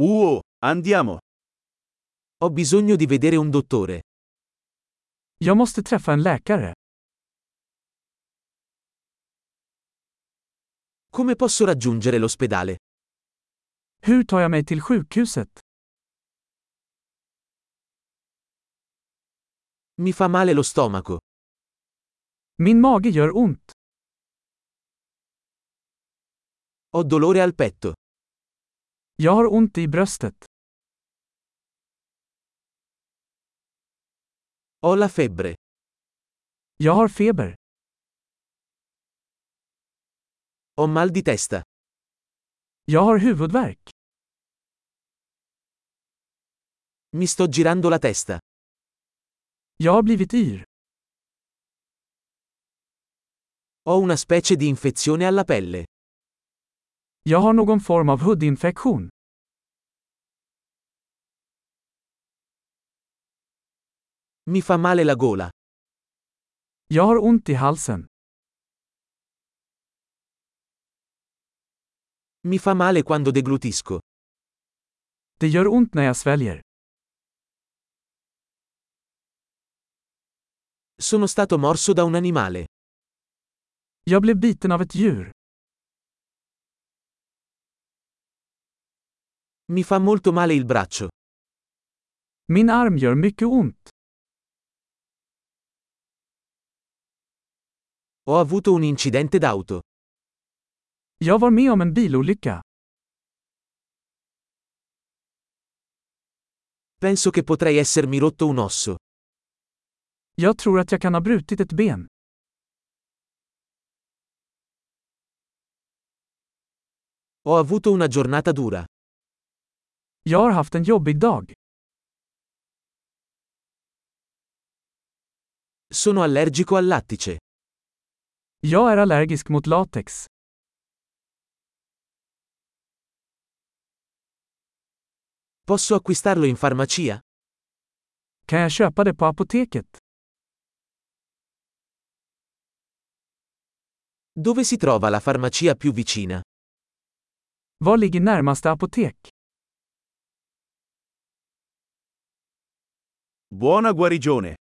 Uh, andiamo. Ho bisogno di vedere un dottore. Jag måste träffa en läkare. Come posso raggiungere l'ospedale? Hur tar jag mig till sjukhuset? Mi fa male lo stomaco. Min mage gör ont. Ho dolore al petto. Jag har ont i bröstet. Ho la febbre. Jag har feber. Ho mal di testa. Jag har huvudvärk. Mi sto girando la testa. Jag har blivit yr. Ho una specie di infezione alla pelle. Jag har någon form av hudinfektion. Mi fa male la gola. Jag har ont i halsen. Mi fa male quando deglutisco. Det gör ont när jag sväljer. Sono stato morso da un animale. Jag blev biten av ett djur. Mi fa molto male il braccio. Min arm gör mycket ont. Ho avuto un incidente d'auto. Jag var med om en bilolycka. Penso che potrei essermi rotto un osso. Jag tror att jag kan ha brutit ett ben. Ho avuto una giornata dura. Jag har haft en jobbig dag. Sono allergico al lattice. Jag är allergisk mot latex. Posso acquistarlo in farmacia? Kan jag köpa det på apoteket? Dove si trova la farmacia più vicina? Var ligger närmaste apotek? Buona guarigione!